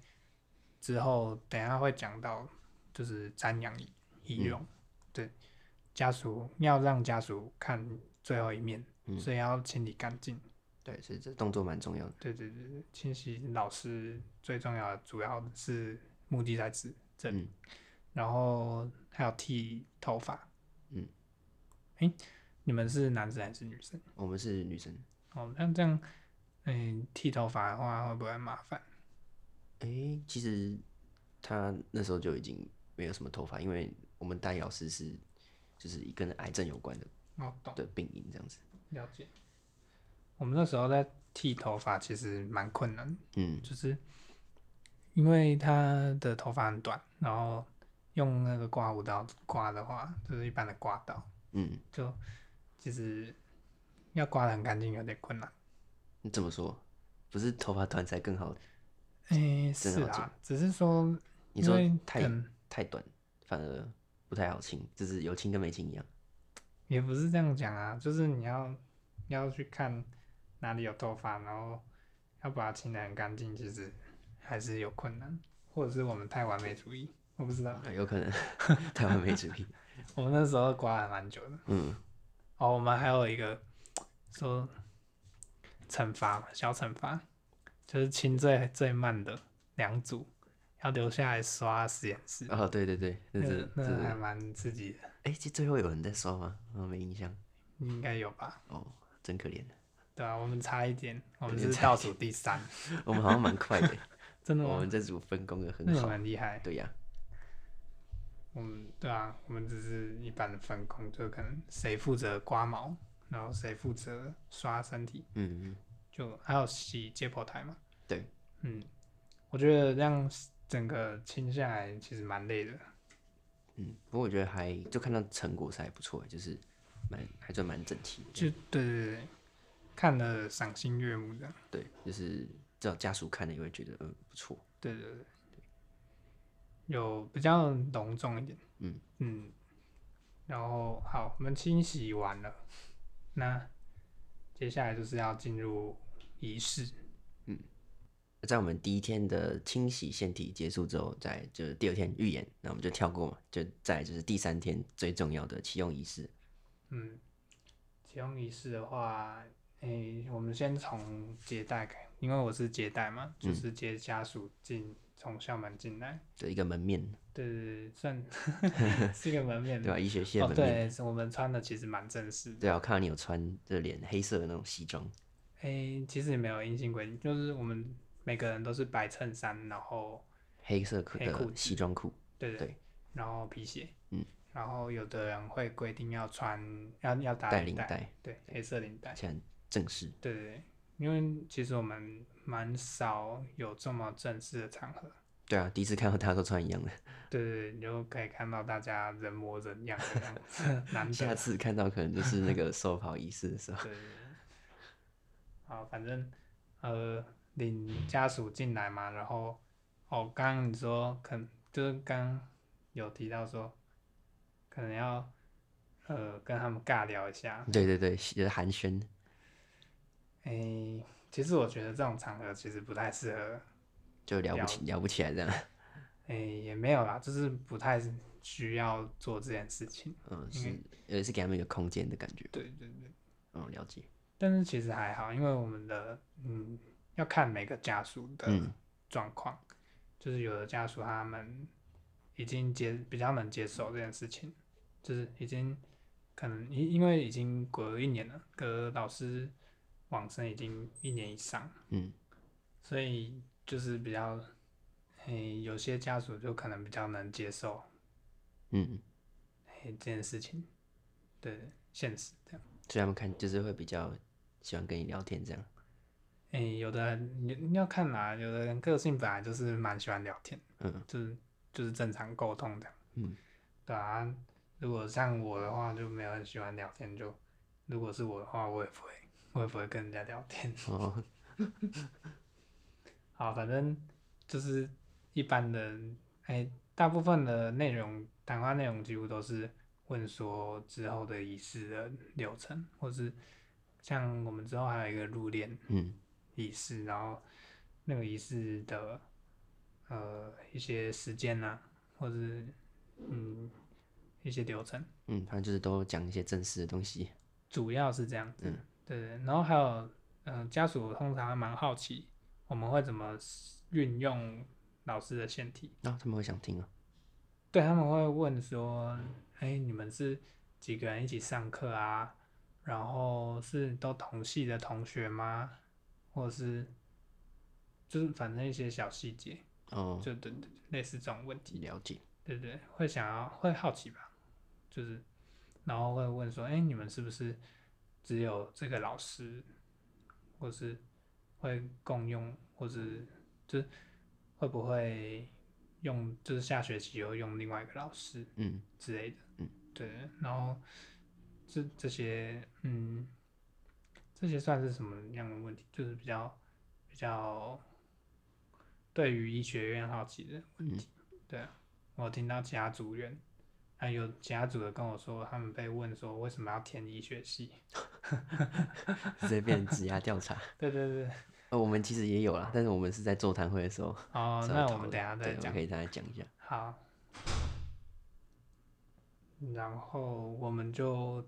[SPEAKER 1] 之后等一下会讲到，就是瞻仰仪仪
[SPEAKER 2] 嗯
[SPEAKER 1] 容，对家属要让家属看最后一面，
[SPEAKER 2] 嗯
[SPEAKER 1] 所以要清理干净。
[SPEAKER 2] 对，所以这动作蛮重要的。
[SPEAKER 1] 对对对，对清洗老师最重要的主要是目的在此这里，
[SPEAKER 2] 嗯
[SPEAKER 1] 然后还有剃头发。
[SPEAKER 2] 嗯，
[SPEAKER 1] 哎、你们是男生还是女生？
[SPEAKER 2] 我们是女生，
[SPEAKER 1] 哦，那这样，嗯、剃头发的话会不会很麻烦？
[SPEAKER 2] 哎、其实她那时候就已经没有什么头发，因为我们大一老师是就是跟癌症有关的
[SPEAKER 1] 哦，懂，
[SPEAKER 2] 的病因这样子。
[SPEAKER 1] 了解。我们那时候在剃头发其实蛮困难，
[SPEAKER 2] 嗯
[SPEAKER 1] 就是因为他的头发很短，然后用那个刮胡刀刮的话，就是一般的刮刀，
[SPEAKER 2] 嗯，
[SPEAKER 1] 就其实要刮的很干净有点困难。
[SPEAKER 2] 你怎么说？不是头发短才更好？
[SPEAKER 1] 诶、
[SPEAKER 2] 真
[SPEAKER 1] 是
[SPEAKER 2] 好
[SPEAKER 1] 啊，只是说
[SPEAKER 2] 你
[SPEAKER 1] 因
[SPEAKER 2] 说
[SPEAKER 1] 为
[SPEAKER 2] 太
[SPEAKER 1] 很
[SPEAKER 2] 太短反而不太好清，就是有清跟没清一样。
[SPEAKER 1] 也不是这样讲啊，就是你要要去看哪里有头发，然后要把它清的很干净，其实还是有困难，或者是我们太完美主义，我不知道。
[SPEAKER 2] 有可能 台湾没主义。
[SPEAKER 1] 我们那时候刮了蛮久的。
[SPEAKER 2] 嗯，
[SPEAKER 1] 哦，我们还有一个说惩罚嘛，小惩罚，就是清最最慢的两组，要留下来刷实验室。
[SPEAKER 2] 哦，对对对，那
[SPEAKER 1] 那
[SPEAKER 2] 是
[SPEAKER 1] 个
[SPEAKER 2] 那
[SPEAKER 1] 那
[SPEAKER 2] 是
[SPEAKER 1] 个还蛮刺激的，
[SPEAKER 2] 哎、这最后有人在刷吗？我没印象。
[SPEAKER 1] 你应该有吧？
[SPEAKER 2] 哦，真可怜，
[SPEAKER 1] 对啊，我们差一点，我们
[SPEAKER 2] 有点
[SPEAKER 1] 是
[SPEAKER 2] 差
[SPEAKER 1] 倒数第三，
[SPEAKER 2] 我们好像蛮快 的，
[SPEAKER 1] 真的
[SPEAKER 2] 我
[SPEAKER 1] 吗
[SPEAKER 2] 们？这组分工的
[SPEAKER 1] 那
[SPEAKER 2] 很
[SPEAKER 1] 个
[SPEAKER 2] 好。
[SPEAKER 1] 蛮厉害。
[SPEAKER 2] 对呀、
[SPEAKER 1] 我们对啊，我们只是一般的分工，就可能谁负责刮毛，然后谁负责刷身体，
[SPEAKER 2] 嗯嗯，
[SPEAKER 1] 就还有洗解剖台嘛。
[SPEAKER 2] 对，
[SPEAKER 1] 嗯，我觉得这样整个清下来其实蛮累的。
[SPEAKER 2] 嗯，不过我觉得还就看到成果是还不错，就是蛮还算蛮整齐的。
[SPEAKER 1] 就对对对，看了赏心悦目的。
[SPEAKER 2] 对，就是至少家属看了也会觉得嗯不错。
[SPEAKER 1] 对对对，有比较隆重一点。
[SPEAKER 2] 嗯
[SPEAKER 1] 嗯，然后好，我们清洗完了，那接下来就是要进入仪式。
[SPEAKER 2] 在我们第一天的清洗献体结束之后，再就是第二天预演，那我们就跳过嘛，就再来就是第三天最重要的启用仪式。
[SPEAKER 1] 嗯，启用仪式的话，诶、我们先从接待开，因为我是接待嘛，就
[SPEAKER 2] 嗯
[SPEAKER 1] 是接家属进，从校门进来，
[SPEAKER 2] 的一个门面，
[SPEAKER 1] 对对对， 算是一个门面
[SPEAKER 2] 对吧？医学系的
[SPEAKER 1] 哦，
[SPEAKER 2] 门面，
[SPEAKER 1] 对，是我们穿的其实蛮正式的。
[SPEAKER 2] 对啊，我看到你有穿这脸黑色的那种西装，
[SPEAKER 1] 诶、哎其实也没有硬性规定，就是我们每个人都是白衬衫，然后
[SPEAKER 2] 黑色裤
[SPEAKER 1] 黑裤
[SPEAKER 2] 的西装裤，
[SPEAKER 1] 对对
[SPEAKER 2] 对
[SPEAKER 1] 然后皮鞋，
[SPEAKER 2] 嗯，
[SPEAKER 1] 然后有的人会规定要穿，要要打
[SPEAKER 2] 带
[SPEAKER 1] 领
[SPEAKER 2] 领
[SPEAKER 1] 带，
[SPEAKER 2] 带，
[SPEAKER 1] 对，黑色领带。
[SPEAKER 2] 且很正式。
[SPEAKER 1] 对对，对，因为其实我们蛮少有这么正式的场合，
[SPEAKER 2] 对啊，第一次看到大家都穿一样的，
[SPEAKER 1] 对对对，你就可以看到大家人模人样的样子， 难
[SPEAKER 2] 下
[SPEAKER 1] 得。
[SPEAKER 2] 次看到可能就是那个 寿袍仪式的时候。
[SPEAKER 1] 对对， 对好，反正呃，领家属进来嘛，然后哦，刚刚你说可能就是刚有提到说，可能要呃跟他们尬聊一下，
[SPEAKER 2] 对对对，就是寒暄，
[SPEAKER 1] 诶、其实我觉得这种场合其实不太适合
[SPEAKER 2] 就聊不起聊不起来这样。
[SPEAKER 1] 诶、也没有啦，就是不太需要做这件事情。
[SPEAKER 2] 嗯，是也是给他们一个空间的感觉。
[SPEAKER 1] 对对对，
[SPEAKER 2] 嗯，了解。
[SPEAKER 1] 但是其实还好，因为我们的嗯，要看每个家属的
[SPEAKER 2] 嗯
[SPEAKER 1] 状况，就是有的家属他们已经接比较能接受这件事情，就是已经可能因因为已经隔一年了，隔老师往生已经一年以上，
[SPEAKER 2] 嗯，
[SPEAKER 1] 所以就是比较，诶、有些家属就可能比较能接受
[SPEAKER 2] 嗯，
[SPEAKER 1] 诶、这件事情，对对现实这样。
[SPEAKER 2] 所以他们看就是会比较喜欢跟你聊天这样。
[SPEAKER 1] 哎、有的人你你要看啦、有的人个性本来就是蛮喜欢聊天，
[SPEAKER 2] 嗯，
[SPEAKER 1] 就是就是正常沟通这样。
[SPEAKER 2] 嗯，
[SPEAKER 1] 对啊，如果像我的话就没有很喜欢聊天，就如果是我的话，我也不会，我也不会跟人家聊天。
[SPEAKER 2] 哦，
[SPEAKER 1] 好，反正就是一般的，哎、大部分的内容谈话内容几乎都是问说之后的仪式的流程，或是像我们之后还有一个入殓
[SPEAKER 2] 嗯
[SPEAKER 1] 仪式，然后那个仪式的呃一些时间呐、或是嗯一些流程，
[SPEAKER 2] 嗯，反正就是都讲一些正式的东西。
[SPEAKER 1] 主要是这样子。
[SPEAKER 2] 嗯
[SPEAKER 1] 对对，然后还有嗯、呃家属通常还蛮好奇我们会怎么运用老师的献体。
[SPEAKER 2] 那、他们会想听啊？
[SPEAKER 1] 对，他们会问说：“哎，你们是几个人一起上课啊？然后是都同系的同学吗？或者是就是反正一些小细节，
[SPEAKER 2] 哦，
[SPEAKER 1] 就对对，类似这种问题，
[SPEAKER 2] 了解。
[SPEAKER 1] 对对，会想要会好奇吧，就是然后会问说：哎，你们是不是只有这个老师，或是会共用，或是就是会不会用，就是下学期又用另外一个老师？”
[SPEAKER 2] 嗯，
[SPEAKER 1] 之类的。
[SPEAKER 2] 嗯，
[SPEAKER 1] 对。然后这这些，嗯，这些算是什么样的问题？就是比较比较对于医学院好奇的问题。
[SPEAKER 2] 嗯
[SPEAKER 1] 对啊，我听到其他组员，还啊有其他组的跟我说，他们被问说为什么要填医学系？
[SPEAKER 2] 直接变成职涯调查。
[SPEAKER 1] 对对对。
[SPEAKER 2] 呃，我们其实也有啦，但是我们是在座谈会的时候
[SPEAKER 1] 哦，
[SPEAKER 2] 稍微
[SPEAKER 1] 那
[SPEAKER 2] 讨
[SPEAKER 1] 我们
[SPEAKER 2] 论
[SPEAKER 1] 等一下
[SPEAKER 2] 对
[SPEAKER 1] 再
[SPEAKER 2] 我
[SPEAKER 1] 讲
[SPEAKER 2] 可。以再来讲一下。
[SPEAKER 1] 好，然后我们就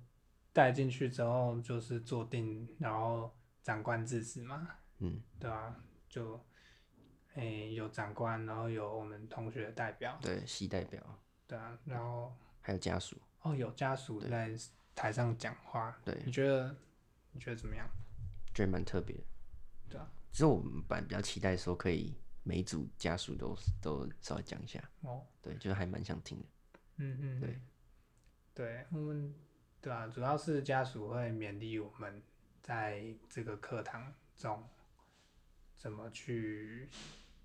[SPEAKER 1] 带进去之后就是坐定，然后长官致辞嘛，
[SPEAKER 2] 嗯，
[SPEAKER 1] 对吧、就诶、有长官，然后有我们同学代表，
[SPEAKER 2] 对，系代表
[SPEAKER 1] 对啊，然后
[SPEAKER 2] 还有家属，
[SPEAKER 1] 哦有家属在台上讲话，
[SPEAKER 2] 对，
[SPEAKER 1] 你觉得你觉得怎么样？
[SPEAKER 2] 觉得蛮特别的。
[SPEAKER 1] 对啊，
[SPEAKER 2] 只是我们本来比较期待说可以每一组家属都都稍微讲一下，
[SPEAKER 1] 哦，
[SPEAKER 2] 对，就是还蛮想听的。
[SPEAKER 1] 嗯嗯，
[SPEAKER 2] 对，
[SPEAKER 1] 对，我们对啊，主要是家属会勉励我们在这个课堂中怎么去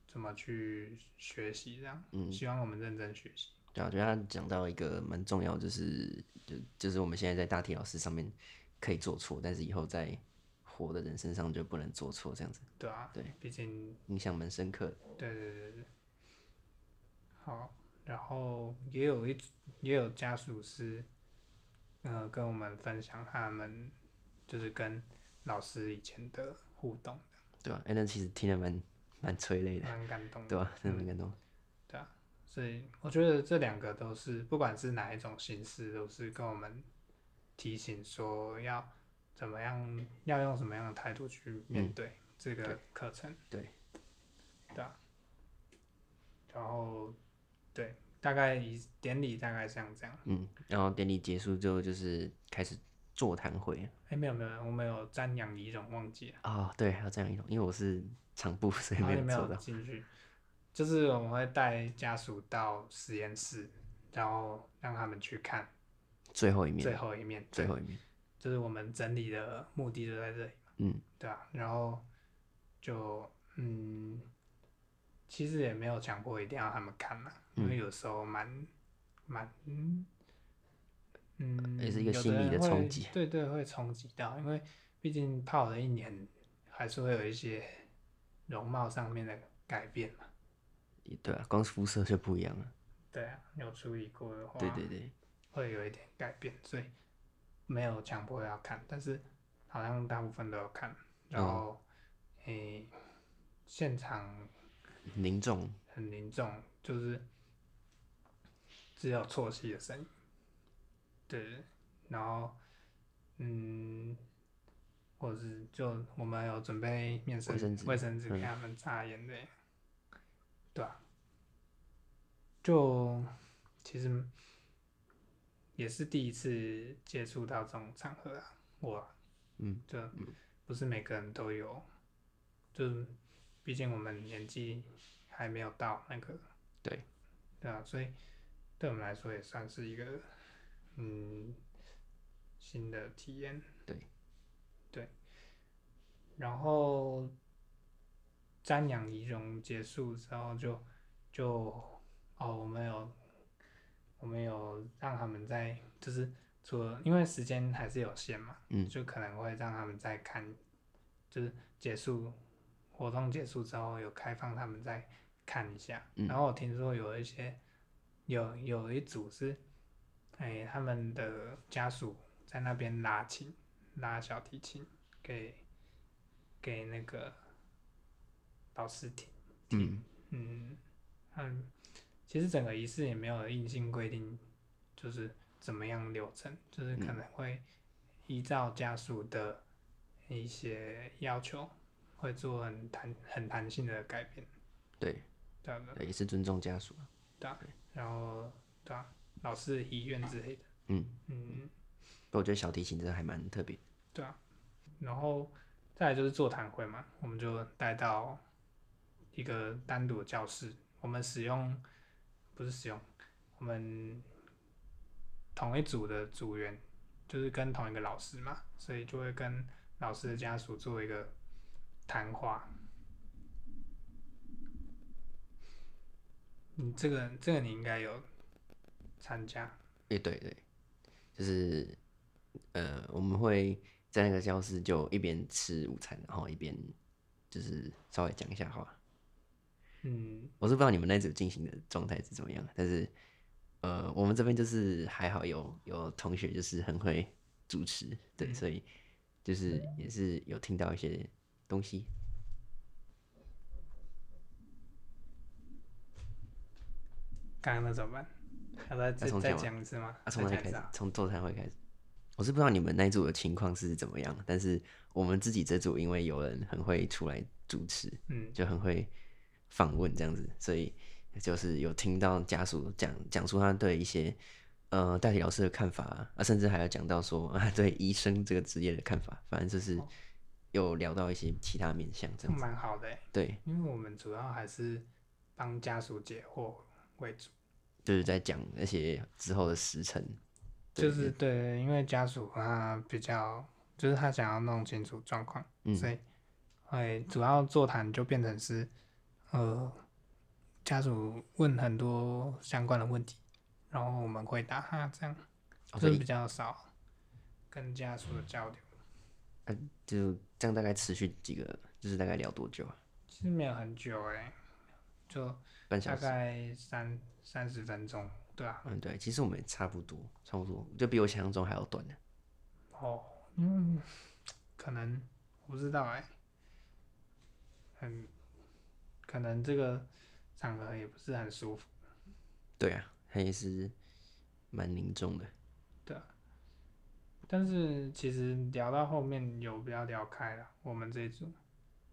[SPEAKER 1] 怎么去学习，这样，
[SPEAKER 2] 嗯
[SPEAKER 1] 希望我们认真学习。
[SPEAKER 2] 对啊，我觉得他讲到一个蛮重要，就是就就是我们现在在大体老师上面可以做错，但是以后在活的人身上就不能做错，这样子
[SPEAKER 1] 对啊，
[SPEAKER 2] 对，
[SPEAKER 1] 毕竟
[SPEAKER 2] 印象蛮深刻的。
[SPEAKER 1] 对对对对，好，然后也有一也有家属是，呃，跟我们分享他们就是跟老师以前的互动，
[SPEAKER 2] 对啊，哎、那其实听得蛮蛮催泪的，
[SPEAKER 1] 蛮感动的。
[SPEAKER 2] 对啊？真的蛮感动。
[SPEAKER 1] 对啊，所以我觉得这两个都是，不管是哪一种形式，都是跟我们提醒说要怎么样，要用什么样的态度去面对这个课程。
[SPEAKER 2] 嗯对，
[SPEAKER 1] 对啊。然后，对，大概以典礼大概像这样。
[SPEAKER 2] 嗯，然后典礼结束之后就是开始座谈会
[SPEAKER 1] 哎，没有没有，我们有瞻仰仪容忘记了，
[SPEAKER 2] 啊、哦，对，还有这样一种，因为我是场部，所以
[SPEAKER 1] 然后
[SPEAKER 2] 没
[SPEAKER 1] 你哦没
[SPEAKER 2] 有做
[SPEAKER 1] 有
[SPEAKER 2] 到。
[SPEAKER 1] 进去。就是我们会带家属到实验室，然后让他们去看
[SPEAKER 2] 最后一面，
[SPEAKER 1] 最后一面，
[SPEAKER 2] 最后一面，
[SPEAKER 1] 就是我们整理的目的就在这里嘛，
[SPEAKER 2] 嗯，
[SPEAKER 1] 对吧、啊然后就嗯，其实也没有强迫一定要他们看嘛，因
[SPEAKER 2] 嗯
[SPEAKER 1] 为有时候蛮蛮嗯嗯，
[SPEAKER 2] 呃也是一个
[SPEAKER 1] 有
[SPEAKER 2] 心理
[SPEAKER 1] 人
[SPEAKER 2] 的
[SPEAKER 1] 会
[SPEAKER 2] 冲击
[SPEAKER 1] 对对，会冲击到，因为毕竟泡了一年，还是会有一些容貌上面的改变嘛。
[SPEAKER 2] 也对啊，光是肤色就不一样了。
[SPEAKER 1] 对啊，有处理过的话，
[SPEAKER 2] 对对对，
[SPEAKER 1] 会有一点改变，所以没有强迫要看，但是好像大部分都有看。然后，诶、现场
[SPEAKER 2] 凝重，
[SPEAKER 1] 很凝重，就是只有啜泣的声音。对，然后，嗯，或者是就我们有准备面生
[SPEAKER 2] 卫生纸
[SPEAKER 1] 卫生纸
[SPEAKER 2] 嗯
[SPEAKER 1] 给他们擦眼泪，对啊，就其实也是第一次接触到这种场合啊，我啊
[SPEAKER 2] 嗯，
[SPEAKER 1] 就不是每个人都有，就是毕竟我们年纪还没有到那个，
[SPEAKER 2] 对，
[SPEAKER 1] 对啊，所以对我们来说也算是一个，嗯，新的体验。
[SPEAKER 2] 对，
[SPEAKER 1] 对。然后瞻仰仪容结束之后就，就哦，我们有我们有让他们在就是除了因为时间还是有限嘛，
[SPEAKER 2] 嗯
[SPEAKER 1] 就可能会让他们再看，就是结束活动结束之后有开放他们再看一下。
[SPEAKER 2] 嗯
[SPEAKER 1] 然后我听说有一些有有一组是，哎、他们的家属在那边拉琴，拉小提琴给给那个老师听。
[SPEAKER 2] 嗯，
[SPEAKER 1] 嗯，嗯，其实整个仪式也没有硬性规定，就是怎么样流程，就是
[SPEAKER 2] 嗯
[SPEAKER 1] 可能会依照家属的一些要求，会做很弹很弹性的改变，
[SPEAKER 2] 对，
[SPEAKER 1] 对啊对啊
[SPEAKER 2] 对也是尊重家属啊。
[SPEAKER 1] 对啊，然后对啊，老师遗愿之类的，
[SPEAKER 2] 嗯，
[SPEAKER 1] 嗯，
[SPEAKER 2] 不过我觉得小提琴真的还蛮特别的。
[SPEAKER 1] 对啊，然后再来就是座谈会嘛，我们就带到一个单独的教室，我们使用不是使用，我们同一组的组员就是跟同一个老师嘛，所以就会跟老师的家属做一个谈话。你嗯这个这个你应该有参加，
[SPEAKER 2] 诶，对对，就是呃，我们会在那个教室就一边吃午餐，然后一边就是稍微讲一下话。
[SPEAKER 1] 嗯，
[SPEAKER 2] 我是不知道你们那组进行的状态是怎么样，但是呃，我们这边就是还好有有同学就是很会主持，对，所以就是也是有听到一些东西。
[SPEAKER 1] 刚刚那怎么办？要再再
[SPEAKER 2] 要重
[SPEAKER 1] 再
[SPEAKER 2] 讲吗
[SPEAKER 1] 讲一次吗？
[SPEAKER 2] 啊，从哪
[SPEAKER 1] 再
[SPEAKER 2] 里
[SPEAKER 1] 讲一
[SPEAKER 2] 开
[SPEAKER 1] 次
[SPEAKER 2] 始
[SPEAKER 1] 啊？？
[SPEAKER 2] 从座谈会开始。我是不知道你们那一组的情况是怎么样，但是我们自己这组因为有人很会出来主持，
[SPEAKER 1] 嗯
[SPEAKER 2] 就很会访问这样子，所以就是有听到家属讲讲述他对一些呃代理老师的看法啊，啊甚至还有讲到说啊对医生这个职业的看法，反正就是有聊到一些其他面向这
[SPEAKER 1] 这
[SPEAKER 2] 样子。
[SPEAKER 1] 哦蛮好的欸，
[SPEAKER 2] 对，
[SPEAKER 1] 因为我们主要还是帮家属解惑为主，
[SPEAKER 2] 就是在讲那些之后的时辰，对嗯
[SPEAKER 1] 就是对，因为家属他比较，就是他想要弄清楚状况，
[SPEAKER 2] 嗯
[SPEAKER 1] 所以，哎，主要座谈就变成是，呃，家属问很多相关的问题，然后我们回答他，这样
[SPEAKER 2] 哦
[SPEAKER 1] 就
[SPEAKER 2] 所
[SPEAKER 1] 是
[SPEAKER 2] 以
[SPEAKER 1] 比较少跟家属的交流，
[SPEAKER 2] 就这样大概持续几个，就是大概聊多久啊？
[SPEAKER 1] 其实没有很久哎，就大
[SPEAKER 2] 半小时。
[SPEAKER 1] 概三三十分钟，对啊，
[SPEAKER 2] 嗯，对，其实我们也差不多，差不多，就比我想象中还要短呢。
[SPEAKER 1] 哦，嗯，可能我不知道哎、很可能这个场合也不是很舒服，
[SPEAKER 2] 对啊，它也是蛮凝重的。
[SPEAKER 1] 但是其实聊到后面有比较聊开了，我们这一组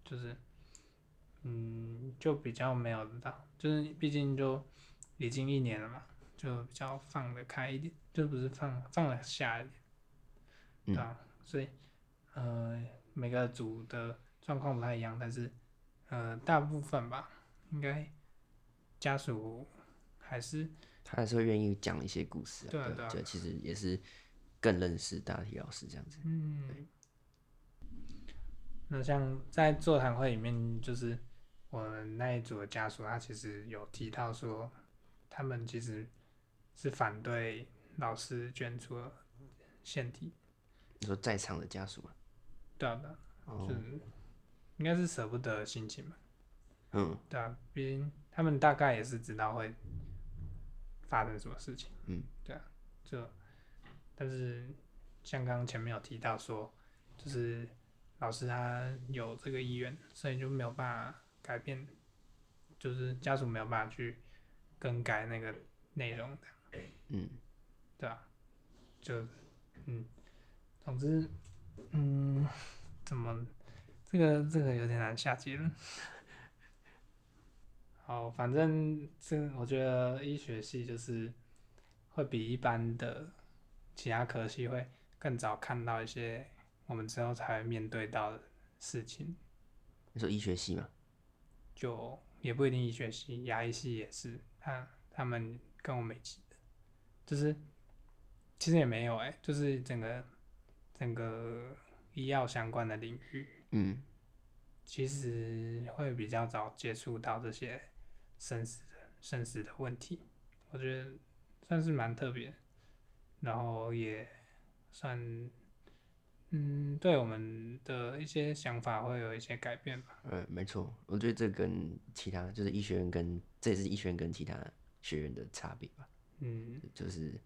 [SPEAKER 1] 就是，嗯，就比较没有到，就是毕竟就已经一年了嘛，就比较放得开一点，就不是放放得下一点，
[SPEAKER 2] 嗯
[SPEAKER 1] 对啊，所以呃每个组的状况不太一样，但是呃大部分吧，应该家属还是
[SPEAKER 2] 他还是会愿意讲一些故事、啊，
[SPEAKER 1] 对啊对
[SPEAKER 2] 对
[SPEAKER 1] 啊
[SPEAKER 2] 就其实也是更认识大体老师这样子。
[SPEAKER 1] 嗯，那像在座谈会里面，就是我们那一组的家属，他其实有提到说，他们其实是反对老师捐出的献体，
[SPEAKER 2] 你说在场的家属嘛，
[SPEAKER 1] 对啊，对啊就
[SPEAKER 2] 哦，
[SPEAKER 1] 是应该是舍不得的心情吧，
[SPEAKER 2] 嗯，
[SPEAKER 1] 对啊，毕竟他们大概也是知道会发生什么事情，
[SPEAKER 2] 嗯，
[SPEAKER 1] 对啊，就但是像刚刚前面有提到说，就是老师他有这个意愿，所以就没有办法改变，就是家属没有办法去更改那个内容的，
[SPEAKER 2] 嗯，
[SPEAKER 1] 对啊，就嗯，总之，嗯，怎么这个这个有点难下结论。 好，反正这我觉得医学系就是会比一般的其他科系会更早看到一些我们之后才会面对到的事情，
[SPEAKER 2] 你说医学系嘛，
[SPEAKER 1] 就也不一定医学系，牙医系也是，他他欸们跟我们一起的，就是其实也没有哎、就是整个整个医药相关的领域，
[SPEAKER 2] 嗯，
[SPEAKER 1] 其实会比较早接触到这些生死的生死的问题，我觉得算是蛮特别，然后也算，嗯，对我们的一些想法会有一些改变吧。
[SPEAKER 2] 呃，没错，我觉得这跟其他就是医学院跟这也是医学院跟其他学院的差别吧，
[SPEAKER 1] 嗯，
[SPEAKER 2] 就是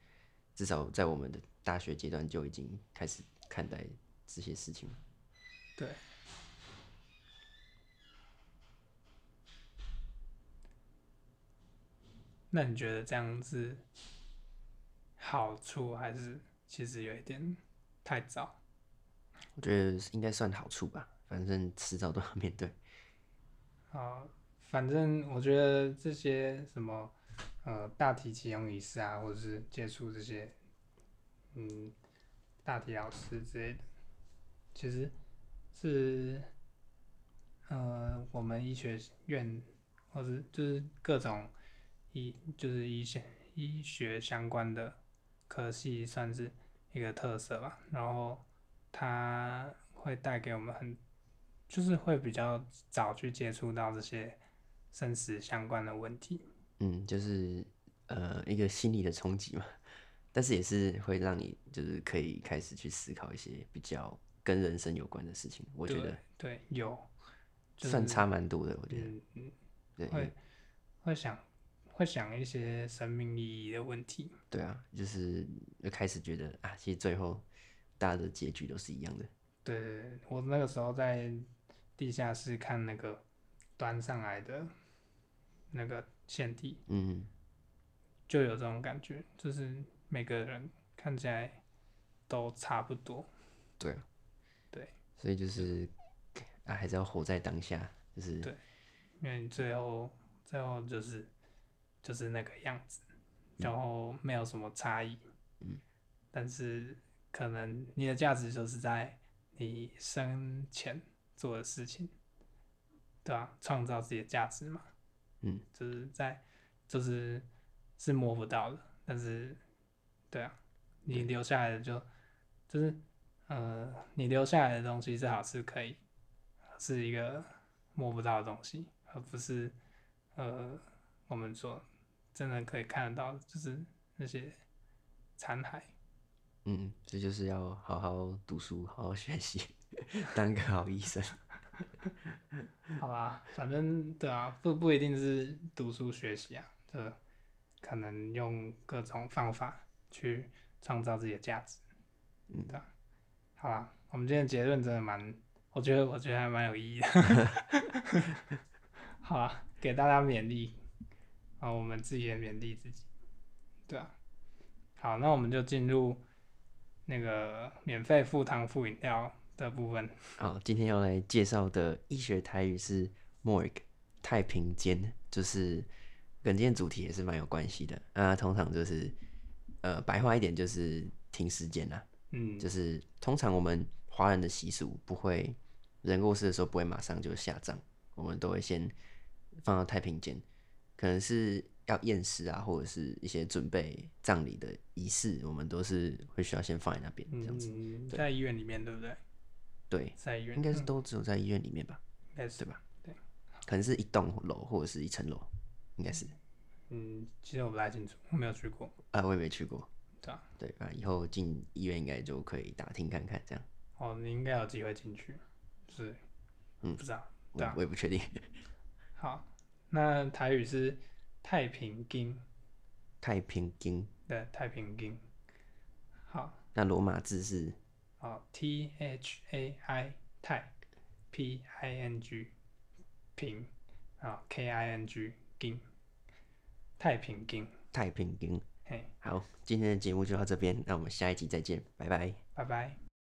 [SPEAKER 2] 至少在我们的大学阶段就已经开始看待这些事情了。
[SPEAKER 1] 对。那你觉得这样子好处还是其实有一点太早？
[SPEAKER 2] 我觉得应该算好处吧，反正迟早都要面对。
[SPEAKER 1] 啊，反正我觉得这些什么，呃，大体启用仪式啊，或者是接触这些，嗯，大体老师之类的，其实是，呃，我们医学院或者就是各种医就是医学医学相关的科系算是一个特色吧，然后它会带给我们很，就是会比较。早去接触到这些生死相关的问题。
[SPEAKER 2] 嗯，就是呃一个心理的冲击嘛，但是也是会让你就是可以开始去思考一些比较跟人生有关的事情。我觉得
[SPEAKER 1] 对对有，就是
[SPEAKER 2] 算差蛮多的，我觉得
[SPEAKER 1] 嗯，嗯
[SPEAKER 2] 对因为
[SPEAKER 1] 会会想会想一些生命意义的问题。
[SPEAKER 2] 对啊，就是就开始觉得啊，其实最后大家的结局都是一样的。
[SPEAKER 1] 对对对，我那个时候在地下室看那个端上来的那个献体，
[SPEAKER 2] 嗯，
[SPEAKER 1] 就有这种感觉，就是每个人看起来都差不多。
[SPEAKER 2] 对啊，
[SPEAKER 1] 对，
[SPEAKER 2] 所以就是啊，还是要活在当下，就是
[SPEAKER 1] 对因为你最后最后就是就是那个样子，然后没有什么差异。
[SPEAKER 2] 嗯，
[SPEAKER 1] 但是可能你的价值就是在你生前做的事情，对吧、创造自己的价值嘛。
[SPEAKER 2] 嗯，
[SPEAKER 1] 就是在就是是摸不到的，但是对啊，你留下来的就就是呃，你留下来的东西最好是可以是一个摸不到的东西，而不是呃我们说真的可以看得到，就是那些残骸。
[SPEAKER 2] 嗯，这就是要好好读书，好好学习， 当个好医生。
[SPEAKER 1] 好吧，反正对啊，不不一定是读书学习啊，这可能用各种方法去创造自己的价值，
[SPEAKER 2] 嗯
[SPEAKER 1] 对啊。好啦，我们今天的结论真的蛮，我觉得我觉得还蛮有意义的。 好啊，给大家勉励，啊，我们自己也勉励自己，对啊。好，那我们就进入那个免费附糖附饮料的部分。
[SPEAKER 2] 好，今天要来介绍的医学台语是 morgue 太平间，就是跟今天主题也是蛮有关系的。那、通常就是呃白话一点就是停尸间啊啦，
[SPEAKER 1] 嗯，
[SPEAKER 2] 就是通常我们华人的习俗不会人过世的时候不会马上就下葬，我们都会先放到太平间，可能是要验尸啊，或者是一些准备葬礼的仪式，我们都是会需要先放在那边这样子。
[SPEAKER 1] 嗯，在医院里面对不对？
[SPEAKER 2] 对，
[SPEAKER 1] 在医院嗯
[SPEAKER 2] 应该是都只有在医院里面吧。
[SPEAKER 1] 应该是
[SPEAKER 2] 对吧？
[SPEAKER 1] 对，
[SPEAKER 2] 可能是一栋楼或者是一层楼，应该是。
[SPEAKER 1] 嗯，其实我不太清楚，我没有去过。
[SPEAKER 2] 啊，我也没去过。
[SPEAKER 1] 对啊，
[SPEAKER 2] 对啊，以后进医院应该就可以打听看看，这样。
[SPEAKER 1] 哦，你应该有机会进去，就是，
[SPEAKER 2] 嗯
[SPEAKER 1] 不知道。
[SPEAKER 2] 我
[SPEAKER 1] 对啊
[SPEAKER 2] 我也不确定。
[SPEAKER 1] 好，那台语是太平经，
[SPEAKER 2] 太平经，
[SPEAKER 1] 对，太平经。好，
[SPEAKER 2] 那罗马字是
[SPEAKER 1] 好，T H A I 太 P I N G 平啊，K I N G 经，太平经。
[SPEAKER 2] 太平经。
[SPEAKER 1] 嘿，
[SPEAKER 2] 好，今天的节目就到这边，那我们下一集再见，拜拜。
[SPEAKER 1] 拜拜。